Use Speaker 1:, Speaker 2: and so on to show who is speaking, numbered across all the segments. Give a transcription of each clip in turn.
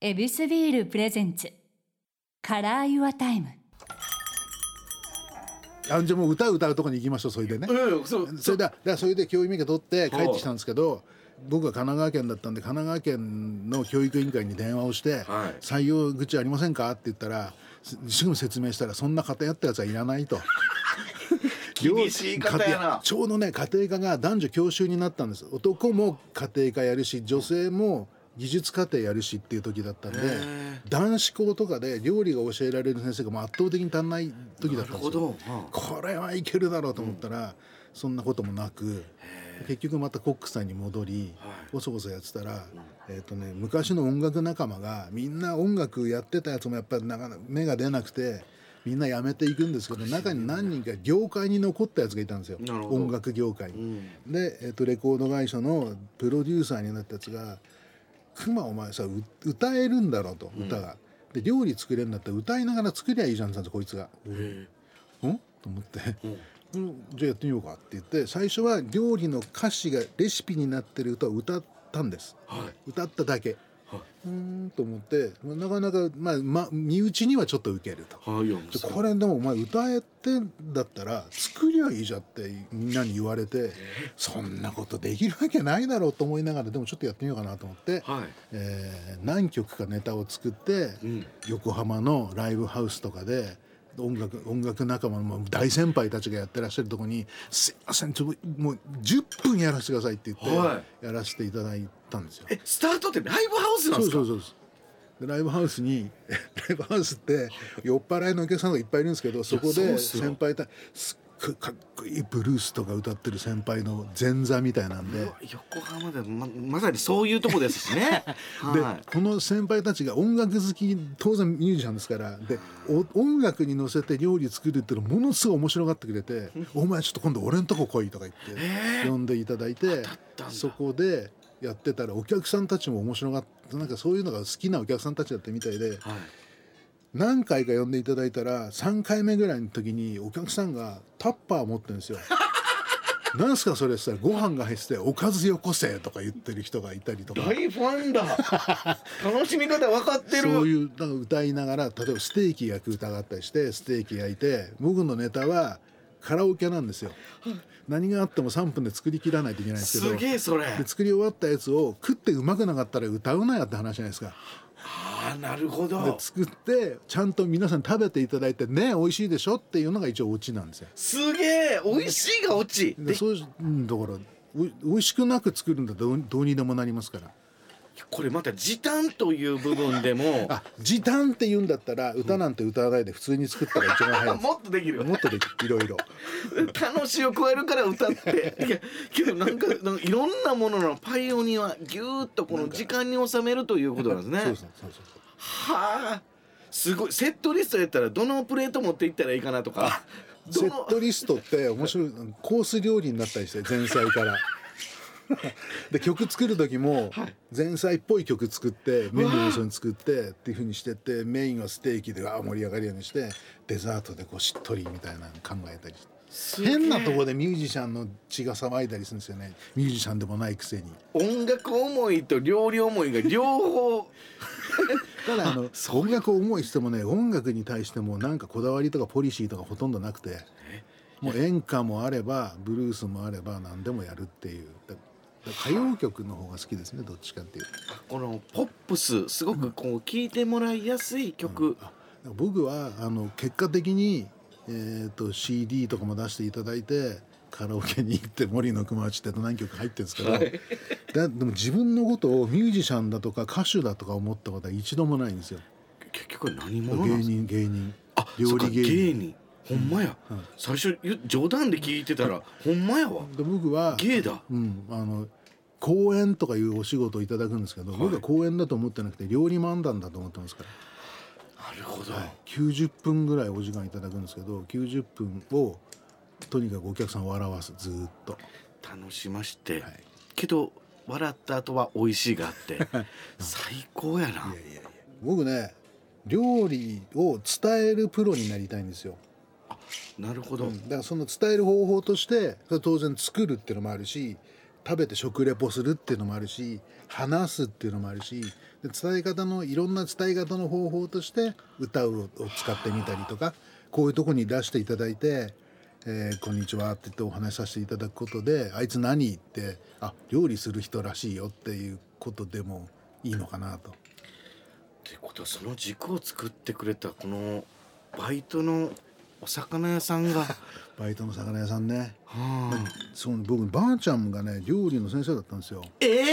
Speaker 1: エビスビールプレゼンツカラーユアタイム
Speaker 2: あじゃあもう歌う歌うとこに行きましょうそれでね
Speaker 3: ええそう
Speaker 2: それだだからそれで教員免許取って帰
Speaker 3: い
Speaker 2: ってきたんですけど僕が神奈川県だったんで神奈川県の教育委員会に電話をして
Speaker 3: はい
Speaker 2: 「採用口ありませんか?」って言ったらすすぐ説明したら「そんな偏ったやつはいらない」と。
Speaker 3: 厳しい方やな
Speaker 2: 家庭ちょうどね家庭科が男女教習になったんです男も家庭科やるし女性も技術課程やるしっていう時だったんで男子校とかで料理が教えられる先生がもう圧倒的に足んない時だったんですよ。
Speaker 3: ど、
Speaker 2: これはいけるだろうと思ったら、そんなこともなく結局またコックさんに戻りごそごそやってたら、えーとね、昔の音楽仲間がみんな音楽やってたやつもやっぱりなかなか目が出なくてみんなやめていくんですけど中に何人か業界に残ったやつがいたんですよ
Speaker 3: なるほど
Speaker 2: 音楽業界に。で、えー、とレコード会社のプロデューサーになったやつが「クマお前さう歌えるんだろ」と歌が。で料理作れるんだったら歌いながら作りゃいいじゃんって言ったんですこいつが。んと思って、うんじゃあやってみようかって言って最初は料理の歌詞がレシピになってる歌を歌ったんです、歌っただけ、うーんと思ってまあなかなか、まあまあ、身内にはちょっとウケると、
Speaker 3: はい、はいや、
Speaker 2: でこれでもお前歌えてんだったら作りゃいいじゃんってみんなに言われてそんなことできるわけないだろうと思いながらでもちょっとやってみようかなと思って、
Speaker 3: はい
Speaker 2: えー何曲かネタを作って、横浜のライブハウスとかで音楽音楽仲間の大先輩たちがやってらっしゃるとこに「すいませんちょっともう10分やらせてください」って言って、
Speaker 3: は
Speaker 2: やらせていただいたんですよ。
Speaker 3: えスタートってライブハウスなんですか
Speaker 2: そうそうそうですでライブハウスに ライブハウスって酔っ払いのお客さんがいっぱいいるんですけどそこ
Speaker 3: そうっ
Speaker 2: です
Speaker 3: よ
Speaker 2: 先輩たすっごいかっこいいブルースとか歌ってる先輩の前座みたいなんで。
Speaker 3: 横浜でままさにそういうとこ ですしね
Speaker 2: で
Speaker 3: は
Speaker 2: この先輩たちが音楽好き当然ミュージシャンですからでお音楽に乗せて料理作るっていうのものすごい面白がってくれ て「お前ちょっと今度俺んとこ来い」とか言って呼んでいただいてそこでやってたらお客さんたちも面白がってなんかそういうのが好きなお客さんたちだったみたいで
Speaker 3: い、はい、
Speaker 2: 何回か呼んでいただいたら3回目ぐらいの時にお客さんがタッパー持ってるんですよ。 なんすかそれって言ったらご飯が入ってて「おかずよこせ」とか言ってる人がいたりとか。
Speaker 3: 大ファ ンだ楽しみ方分かって
Speaker 2: そう
Speaker 3: る
Speaker 2: いうなんか歌いながら例えばステーキ焼く歌があったりしてステーキ焼いて僕のネタはカラオケなんですよ何があっても3分で作り切らないといけないんですけど
Speaker 3: すげえそれ
Speaker 2: で作り終わったやつを食ってうまくなかったら歌うなよって話じゃないですか
Speaker 3: ああなるほ
Speaker 2: で
Speaker 3: ど
Speaker 2: 作ってちゃんと皆さん食べていただいてね美味しいでしょっていうのが一応オチなんですよ
Speaker 3: すげえ美味しいが落ち
Speaker 2: で
Speaker 3: で
Speaker 2: そういうだからおい美味しくなく作るんだったらどうどうにでもなりますから
Speaker 3: これまた時短という部分でも
Speaker 2: あ時短って言うんだったら歌なんて歌わないで普通に作ったら一番早いです
Speaker 3: もっとできるよ
Speaker 2: もっとできいろいろ
Speaker 3: 楽しを加えるから歌っていやけどなんかなんかいろんなもののパイオニアはぎゅーっとこの時間に収めるということなんですね
Speaker 2: そうそうそうそう
Speaker 3: はあすごいセットリストやったらどのプレート持っていったらいいかなとかど
Speaker 2: セ
Speaker 3: の
Speaker 2: ットリストって面白いコース料理になったりして前菜からで曲作る時も前菜っぽい曲作ってメニューをそれに作ってっていうふうにしてってメインはステーキでわあ盛り上がるようにしてデザートでこうしっとりみたいなの考えたりして
Speaker 3: すげえ
Speaker 2: 変なとこでミュージシャンの血が騒いだりするんですよねミュージシャンでもないくせに
Speaker 3: 音楽思いと料理思いが両方
Speaker 2: ただあ の音楽を思いしてもね音楽に対してもなんかこだわりとかポリシーとかほとんどなくてもう演歌もあればブルースもあれば何でもやるっていうだだ歌謡曲の方が好きですねどっちかっていうと
Speaker 3: このポップスすごくこう聴いてもらいやすい曲、
Speaker 2: 僕はあの結果的に、えー、と CD とかも出していただいてカラオケに行って森の熊八って何曲か入ってるんですけど、だでも自分のことをミュージシャンだとか歌手だとか思ったことは一度もないんですよ
Speaker 3: 結局
Speaker 2: 芸
Speaker 3: 何者なんですか
Speaker 2: 人芸人
Speaker 3: あそ
Speaker 2: 料
Speaker 3: っか
Speaker 2: 理芸
Speaker 3: 芸
Speaker 2: 人
Speaker 3: 人ほんまや、最初ゆ冗談で聞いてたらほんまやわ
Speaker 2: で僕は
Speaker 3: 芸だ
Speaker 2: うん、あの公演とかいうお仕事をいただくんですけど、僕は公演だと思ってなくて料理漫談だと思ってますから
Speaker 3: なるほど、
Speaker 2: 90分ぐらいお時間いただくんですけど90分をとにかくお客さんを笑わすずーっと
Speaker 3: 楽しまして、けど笑った後は美味しいがあって 最高やな
Speaker 2: 僕ね料理を伝えるプロになりたいんですよ
Speaker 3: なるほど、
Speaker 2: だからその伝える方法としてそれは当然作るっていうのもあるし食べて食レポするっていうのもあるし話すっていうのもあるしで伝え方のいろんな伝え方の方法として歌うを使ってみたりとかこういうとこに出していただいて「えーこんにちは」って言ってお話しさせていただくことで「あいつ何?」って「あ料理する人らしいよ」っていうことでもいいのかなと。
Speaker 3: ってことはその軸を作ってくれたこのバイトのお魚屋さ んが、は
Speaker 2: バイトの魚屋さんね
Speaker 3: あ、
Speaker 2: その僕ばあちゃんがね料理の先生だったんですよ。
Speaker 3: ええ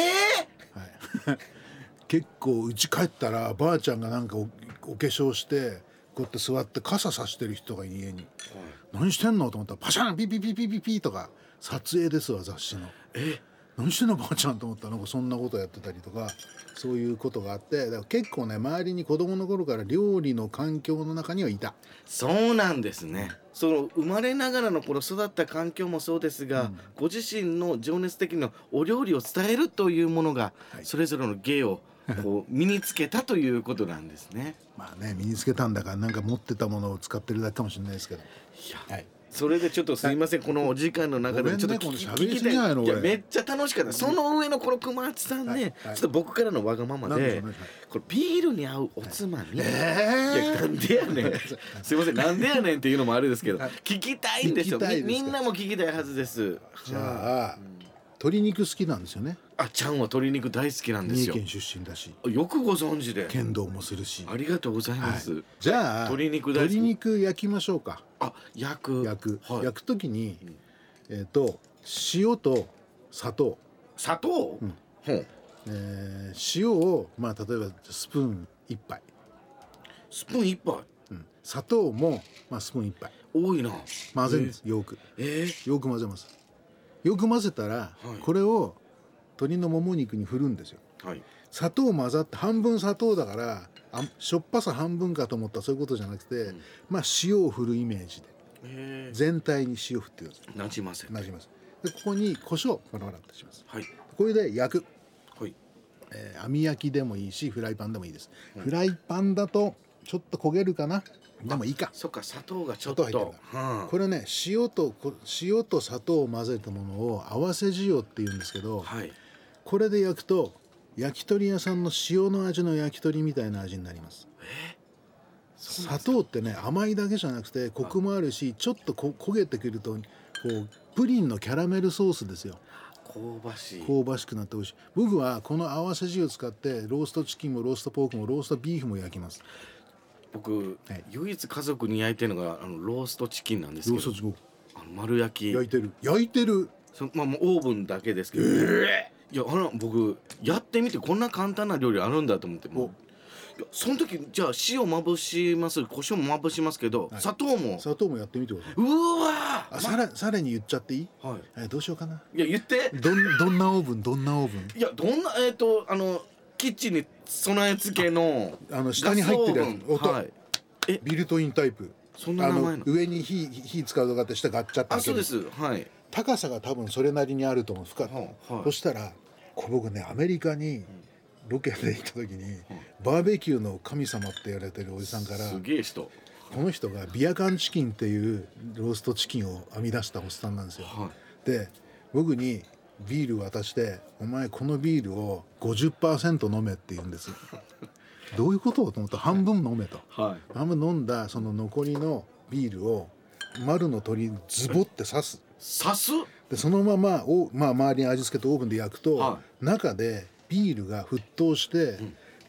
Speaker 2: はい、結構うち帰ったらばあちゃんがなんかおお化粧してこうやって座って傘さしてる人が家に「何してんの?」と思ったら「パシャンピピピピピピ」とか「撮影ですわ雑誌の」
Speaker 3: え
Speaker 2: 何してんのばあちゃんと思ったらなんかそんなことやってたりとかそういうことがあってだから結構ね周りに子供の頃から料理の環境の中にはいた。
Speaker 3: そうなんですね。その生まれながらの頃育った環境もそうですが、ご自身の情熱的なお料理を伝えるというものが、
Speaker 2: はい
Speaker 3: それぞれの芸をこう身につけたということなんですね。
Speaker 2: まあね身につけたんだからなんか持ってたものを使ってるだけかもしれないですけど。
Speaker 3: いや
Speaker 2: はい
Speaker 3: それでちょっとすいません、このお時間の中
Speaker 2: ごめんね
Speaker 3: でちょっと
Speaker 2: この
Speaker 3: 聞き,、
Speaker 2: 喋り
Speaker 3: 聞き
Speaker 2: すぎじゃないの
Speaker 3: いや
Speaker 2: 俺
Speaker 3: めっちゃ楽しかったその上のこの熊八さんね、
Speaker 2: はいはい
Speaker 3: ちょっと僕からのわがまま
Speaker 2: なんでしょ
Speaker 3: で
Speaker 2: うなんでしょ
Speaker 3: これビールに合うおつまみ、いや
Speaker 2: え
Speaker 3: なんでやね んすいませんなんでやねんっていうのもあれですけど聞きたいんですよ
Speaker 2: 聞きたい
Speaker 3: み
Speaker 2: ですか
Speaker 3: みんなも聞きたいはずです
Speaker 2: じゃあ、鶏肉好きなんですよね
Speaker 3: あちゃんは鶏肉大好きなんです
Speaker 2: 三重
Speaker 3: よ
Speaker 2: 県出身だし
Speaker 3: よくご存知で
Speaker 2: 剣道もするし、
Speaker 3: ありがとうございます、
Speaker 2: じゃあ
Speaker 3: 鶏肉大好き
Speaker 2: 鶏肉焼きましょうか
Speaker 3: あ焼く
Speaker 2: 焼く、
Speaker 3: はい、
Speaker 2: 焼く時に、えっ、と塩と砂糖、
Speaker 3: 砂糖、ほう
Speaker 2: えー塩をまあ例えばスプーン一杯、
Speaker 3: スプーン一杯
Speaker 2: うん砂糖も、まあ、スプーン一杯
Speaker 3: 多いな
Speaker 2: 混ぜるんです、よく
Speaker 3: えー
Speaker 2: よく混ぜますよく混ぜたら、
Speaker 3: はい
Speaker 2: これを鶏のもも肉に振るんですよ
Speaker 3: はい
Speaker 2: 砂糖混ざって半分砂糖だからあしょっぱさ半分かと思ったらそういうことじゃなくて、まあ塩を振るイメージで
Speaker 3: え
Speaker 2: 全体に塩振ってくださ
Speaker 3: ー、なじませ
Speaker 2: いなじますでここに胡椒パラパラっとします
Speaker 3: はい
Speaker 2: これで焼く、
Speaker 3: はい
Speaker 2: えー網焼きでもいいしフライパンでもいいです、フライパンだとちょっと焦げるかなでもいいか
Speaker 3: そっか砂糖がちょ
Speaker 2: 砂
Speaker 3: っと
Speaker 2: 糖入ってるから、
Speaker 3: は
Speaker 2: これね塩とこ塩と砂糖を混ぜたものを合わせ塩って言うんですけど、
Speaker 3: あはい
Speaker 2: これで焼くと焼き鳥屋さんの塩の味の焼き鳥みたいな味になります砂糖ってね甘いだけじゃなくてコクもあるしちょっとこ焦げてくるとこうプリンのキャラメルソースですよ
Speaker 3: 香ばしい
Speaker 2: 香ばしくなって美味しい僕はこの合わせ汁を使ってローストチキンもローストポークもローストビーフも焼きます
Speaker 3: 僕、
Speaker 2: はい
Speaker 3: 唯一家族に焼いてるのがあのローストチキンなんです
Speaker 2: ロ
Speaker 3: け
Speaker 2: ース
Speaker 3: ど
Speaker 2: トチキン
Speaker 3: あの丸焼き
Speaker 2: 焼いてる焼いてる
Speaker 3: そまあもうオーブンだけですけど、いやあら僕やってみてこんな簡単な料理あるんだと思ってもういやその時じゃあ塩まぶします胡椒もまぶしますけど、
Speaker 2: はい
Speaker 3: 砂糖も
Speaker 2: 砂糖もやってみてくださいう
Speaker 3: わ
Speaker 2: あ
Speaker 3: ー、
Speaker 2: さらさらに言っちゃっていい
Speaker 3: まはい
Speaker 2: えどうしようかない
Speaker 3: や言って
Speaker 2: どんどんなオーブンどんなオーブン
Speaker 3: いやどんなえっ、とあのキッチンに備え付けの
Speaker 2: ああの下に入ってるやつ
Speaker 3: ガスオーブン
Speaker 2: 音
Speaker 3: はい、
Speaker 2: ビルトインタイプ
Speaker 3: そんな名前なの
Speaker 2: あの上に火火使うとかって下ガッチャって
Speaker 3: あ
Speaker 2: 開け
Speaker 3: そう
Speaker 2: る
Speaker 3: ですはい
Speaker 2: 高さが多分それなりにあると思う深く、
Speaker 3: はいはい
Speaker 2: そしたらこう僕ねアメリカにロケで行った時に、バーベキューの神様って言われてるおじさんから
Speaker 3: すげえ人
Speaker 2: この人がビア缶チキンっていうローストチキンを編み出したおっさんなんですよ、
Speaker 3: は
Speaker 2: で僕にビール渡して「お前このビールを50%飲め」って言うんですどういうことと思ったら半分飲めと、
Speaker 3: はい
Speaker 2: 半分飲んだその残りのビールを丸の鳥にズボって刺す
Speaker 3: 刺す
Speaker 2: でそのままお、まあ、周りに味付けとオーブンで焼くと、
Speaker 3: は
Speaker 2: 中でビールが沸騰して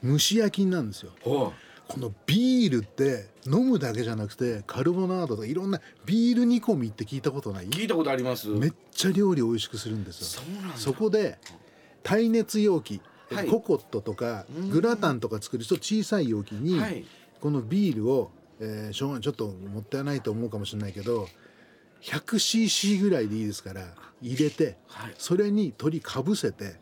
Speaker 2: 蒸し焼きになるんですよ
Speaker 3: は
Speaker 2: このビールって飲むだけじゃなくてカルボナードとかいろんなビール煮込みって聞いたことない
Speaker 3: い聞いたことあります
Speaker 2: めっちゃ料理美味しくするんですよ
Speaker 3: そうなんだ
Speaker 2: そこで耐熱容器、
Speaker 3: はい
Speaker 2: ココットとかグラタンとか作ると小さい容器に、
Speaker 3: はい
Speaker 2: このビールを、えー、しょうがちょっともったいないと思うかもしれないけど 100cc ぐらいでいいですから入れて、
Speaker 3: はい
Speaker 2: それに鶏かぶせて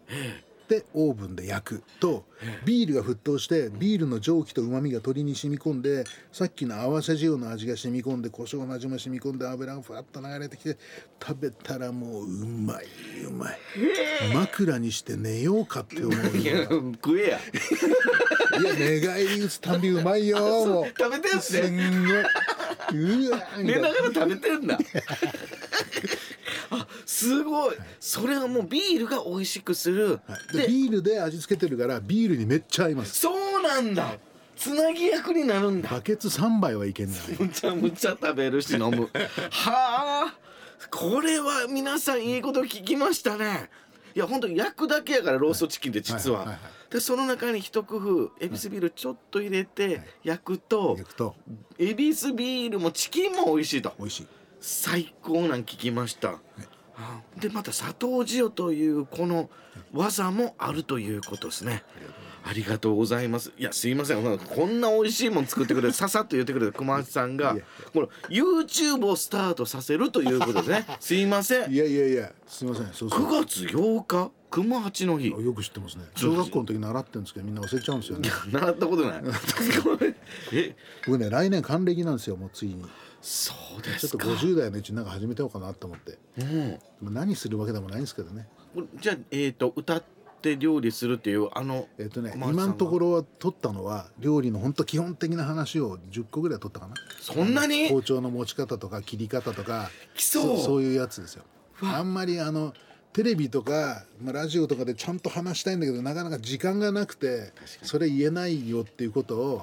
Speaker 2: でオーブンで焼くとビールが沸騰してビールの蒸気とうまみが鶏に染み込んでさっきの合わせ塩の味が染み込んで胡椒の味も染み込んで油がふわっと流れてきて食べたらもううまいうまい枕にして寝ようかって思うよ
Speaker 3: いや
Speaker 2: う
Speaker 3: 食えや
Speaker 2: ないや寝返り打つたんびうまいよもう
Speaker 3: 食べたやつ
Speaker 2: す
Speaker 3: ね
Speaker 2: んごいうわみ
Speaker 3: 寝
Speaker 2: たい
Speaker 3: な
Speaker 2: な
Speaker 3: がら食べてんだあすごいそれはもうビールが美味しくする、
Speaker 2: はい、で
Speaker 3: で
Speaker 2: ビールで味付けてるからビールにめっちゃ合います
Speaker 3: そうなんだつなぎ役になるんだ
Speaker 2: バケツ3杯はいけんない
Speaker 3: むちゃむちゃ食べるし飲むはあこれは皆さんいいこと聞きましたねいや本当に焼くだけやからローストチキンって実は,、
Speaker 2: はいはいはいは
Speaker 3: でその中に一工夫エビスビールちょっと入れて焼くと、
Speaker 2: 焼くと
Speaker 3: エビスビールもチキンも美味しいと
Speaker 2: 美味しい
Speaker 3: 最高なん聞きました、あでまた砂糖塩というこの技もあるということですねありがとうございますいやすいませんなんかこんな美味しいもん作っ てくれてささっと言ってくれた熊橋さんがこの YouTube をスタートさせるということですねすいません
Speaker 2: いやいやいやすいませんそうそう
Speaker 3: 9月8日熊八の日
Speaker 2: よく知ってますね小学校の時習ってるんですけどみんな忘れちゃうんですよね
Speaker 3: 習ったことない え
Speaker 2: 僕ね来年還暦なんですよもうついに
Speaker 3: そうで
Speaker 2: ちょっ
Speaker 3: す
Speaker 2: と
Speaker 3: か
Speaker 2: 50代のうちになんか始めてようかなと思って
Speaker 3: うん
Speaker 2: まあ何するわけでもないんですけどね
Speaker 3: これじゃあえっ、と歌って料理するっていうあの
Speaker 2: えっ、とね
Speaker 3: 小松さんは
Speaker 2: 今のところは取ったのは料理の本当基本的な話を10個ぐらい取ったかな
Speaker 3: そんなに
Speaker 2: 包丁の持ち方とか切り方とか
Speaker 3: きそう
Speaker 2: そういうやつですよあんまりあのテレビとか、まあ、ラジオとかでちゃんと話したいんだけどなかなか時間がなくてそれ言えないよっていうことを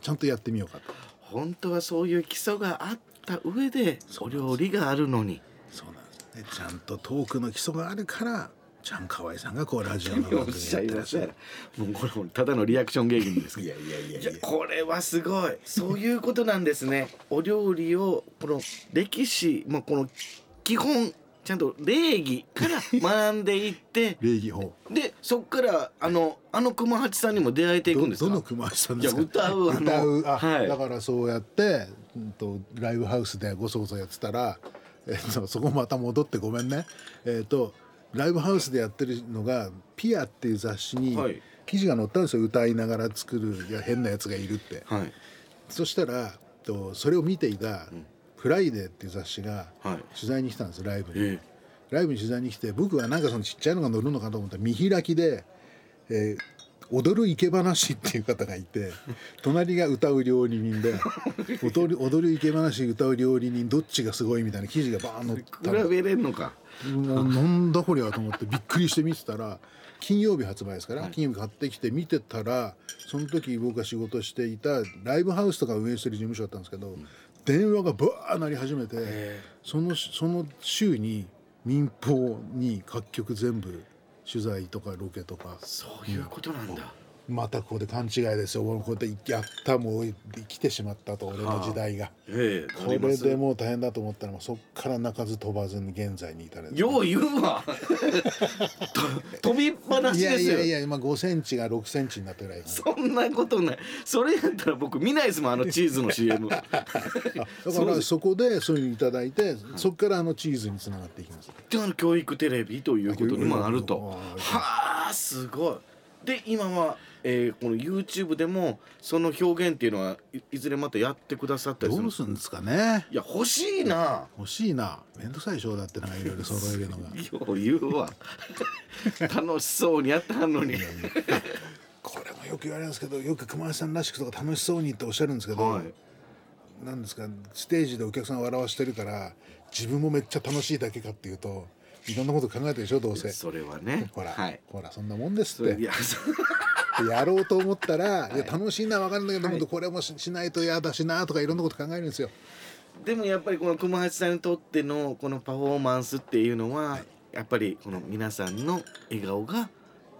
Speaker 2: ちゃんとやってみようかと
Speaker 3: 本当はそういう基礎があった上でお料理があるのに
Speaker 2: そうなんです、ね、ちゃんとトークの基礎があるからちゃんかわいさんがこうラジオの番組やってらっしゃる
Speaker 3: もうこれもただのリアクション芸人 ですけどいやいやいやこれはすごいそういうことなんですねお料理をこの歴史もうこの基本ちゃんと礼儀から学んでいって
Speaker 2: 礼儀法
Speaker 3: でそっからあのあの熊八さんにも出会えていくん
Speaker 2: ど
Speaker 3: ですか
Speaker 2: どの熊橋さんですか
Speaker 3: いや歌うあの
Speaker 2: 歌うあ、
Speaker 3: はい
Speaker 2: だからそうやって、うん、とライブハウスでごそごそやってたら、えっと、そこまた戻ってごめんねえっとライブハウスでやってるのが「ピア」っていう雑誌に
Speaker 3: はい
Speaker 2: 記事が載ったんですよ歌いながら作るいや変なやつがいるって
Speaker 3: はい
Speaker 2: そしたら、えっと、それを見ていた「フライデー」っていう雑誌が
Speaker 3: はい
Speaker 2: 取材に来たんですライブに、
Speaker 3: え
Speaker 2: ライブに取材に来て僕はなんかそのちっちゃいのが乗るのかと思ったら見開きで、えー踊る生け話っていう方がいて隣が歌う料理人で踊る踊る生け話歌う料理人どっちがすごいみたいな記事がバーン載った
Speaker 3: 比
Speaker 2: の
Speaker 3: べれんのか
Speaker 2: もうなんだこりゃと思ってびっくりして見てたら金曜日発売ですから、金曜日買ってきて見てたらその時僕が仕事していたライブハウスとか運営してる事務所だったんですけど、電話がブワーなり始めて、そのその週に民放に各局全部取材とかロケとか
Speaker 3: そういうことなんだ、
Speaker 2: またここで勘違いですよ俺こうやってやったもう来てしまったと俺の時代が。
Speaker 3: ええ
Speaker 2: こ
Speaker 3: なりま
Speaker 2: れ
Speaker 3: す
Speaker 2: でもう大変だと思ったらもうそっから泣かず飛ばずに現在に至る
Speaker 3: よう言うわと飛びっぱないし
Speaker 2: や
Speaker 3: で
Speaker 2: い
Speaker 3: すよ
Speaker 2: やいや今5センチが6センチになったぐらいか
Speaker 3: そんなことないそれやったら僕見ないですもんあのチーズの CM
Speaker 2: なだからそこでそういうのいただいてそこからあのチーズにつながっていきます
Speaker 3: であの教育テレビということにもなると
Speaker 2: あ
Speaker 3: はあすごいで今は、えーこの YouTube でもその表現っていうのはいいずれまたやってくださったりす
Speaker 2: ど
Speaker 3: る
Speaker 2: うするんですかね
Speaker 3: いや欲しいな
Speaker 2: 欲しいな面倒くさいでしょだってなんかいろいろ揃えるのが
Speaker 3: よう言う わ楽しそうにやってはんのに
Speaker 2: これもよく言われるんですけどよく熊井さんらしくとか楽しそうにっておっしゃるんですけど、
Speaker 3: はい
Speaker 2: なんですかステージでお客さんを笑わしてるから自分もめっちゃ楽しいだけかっていうといろんなこと考えてるでしょどうせ
Speaker 3: それはね
Speaker 2: ほら、
Speaker 3: はい
Speaker 2: ほらそんなもんです
Speaker 3: そ
Speaker 2: っ
Speaker 3: れ
Speaker 2: て
Speaker 3: いや そう
Speaker 2: やろうと思ったら、い、や楽しいのは分かるんだけど、でもこれもししないと嫌だしなとかいろんなこと考えるんですよ。
Speaker 3: でもやっぱりこの熊八さんにとってのこのパフォーマンスっていうのは、やっぱりこの皆さんの笑顔が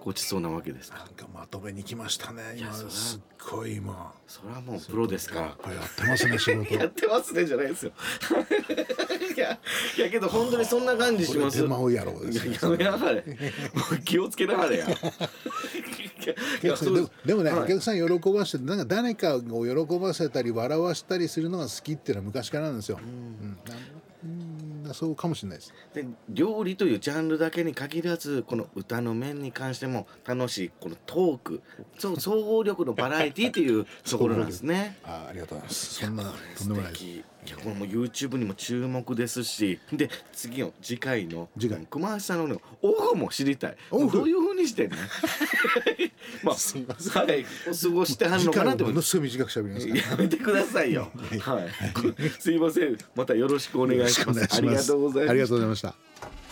Speaker 3: ごちそうなわけですか
Speaker 2: なんかまとめに来ましたね今
Speaker 3: やそりゃ
Speaker 2: すっごい今
Speaker 3: それはもうプロですから
Speaker 2: これやってますね仕 事。
Speaker 3: やってますねじゃないですよいやいやけど本当にそんな感じします
Speaker 2: これ手間をやろうですね
Speaker 3: いややめなはれもう気をつけなはれやいやい
Speaker 2: お
Speaker 3: や
Speaker 2: 客さん
Speaker 3: そう
Speaker 2: で
Speaker 3: で
Speaker 2: も
Speaker 3: す
Speaker 2: でもね、
Speaker 3: はい
Speaker 2: お客さん喜ばしてなんか誰かを喜ばせたり笑わしたりするのが好きっていうのは昔からなんですよ。うんなんうんそうかもしれないです。
Speaker 3: で料理というジャンルだけに限らずこの歌の面に関しても楽しいこのトー クそう総合力のバラエティーというところなんですね。
Speaker 2: あーありがとうございます。そんなとん
Speaker 3: 素
Speaker 2: でもないです。
Speaker 3: 敵いやこれも YouTube にも注目ですしで次の次回の
Speaker 2: 次回
Speaker 3: 熊橋さんのねオフも知りたい
Speaker 2: オフ
Speaker 3: どういうふうにして んのまあ
Speaker 2: すいま
Speaker 3: はいお過ごしてはん
Speaker 2: 時
Speaker 3: のか
Speaker 2: 間
Speaker 3: な
Speaker 2: は
Speaker 3: と
Speaker 2: も
Speaker 3: 思
Speaker 2: の
Speaker 3: って
Speaker 2: すごい短く喋りますから。
Speaker 3: やめてください よ、はい、すいませんまたよろしくお願いします
Speaker 2: よろしくお願いします
Speaker 3: ありがとうございま
Speaker 2: あり
Speaker 3: し
Speaker 2: が
Speaker 3: た
Speaker 2: とうございました。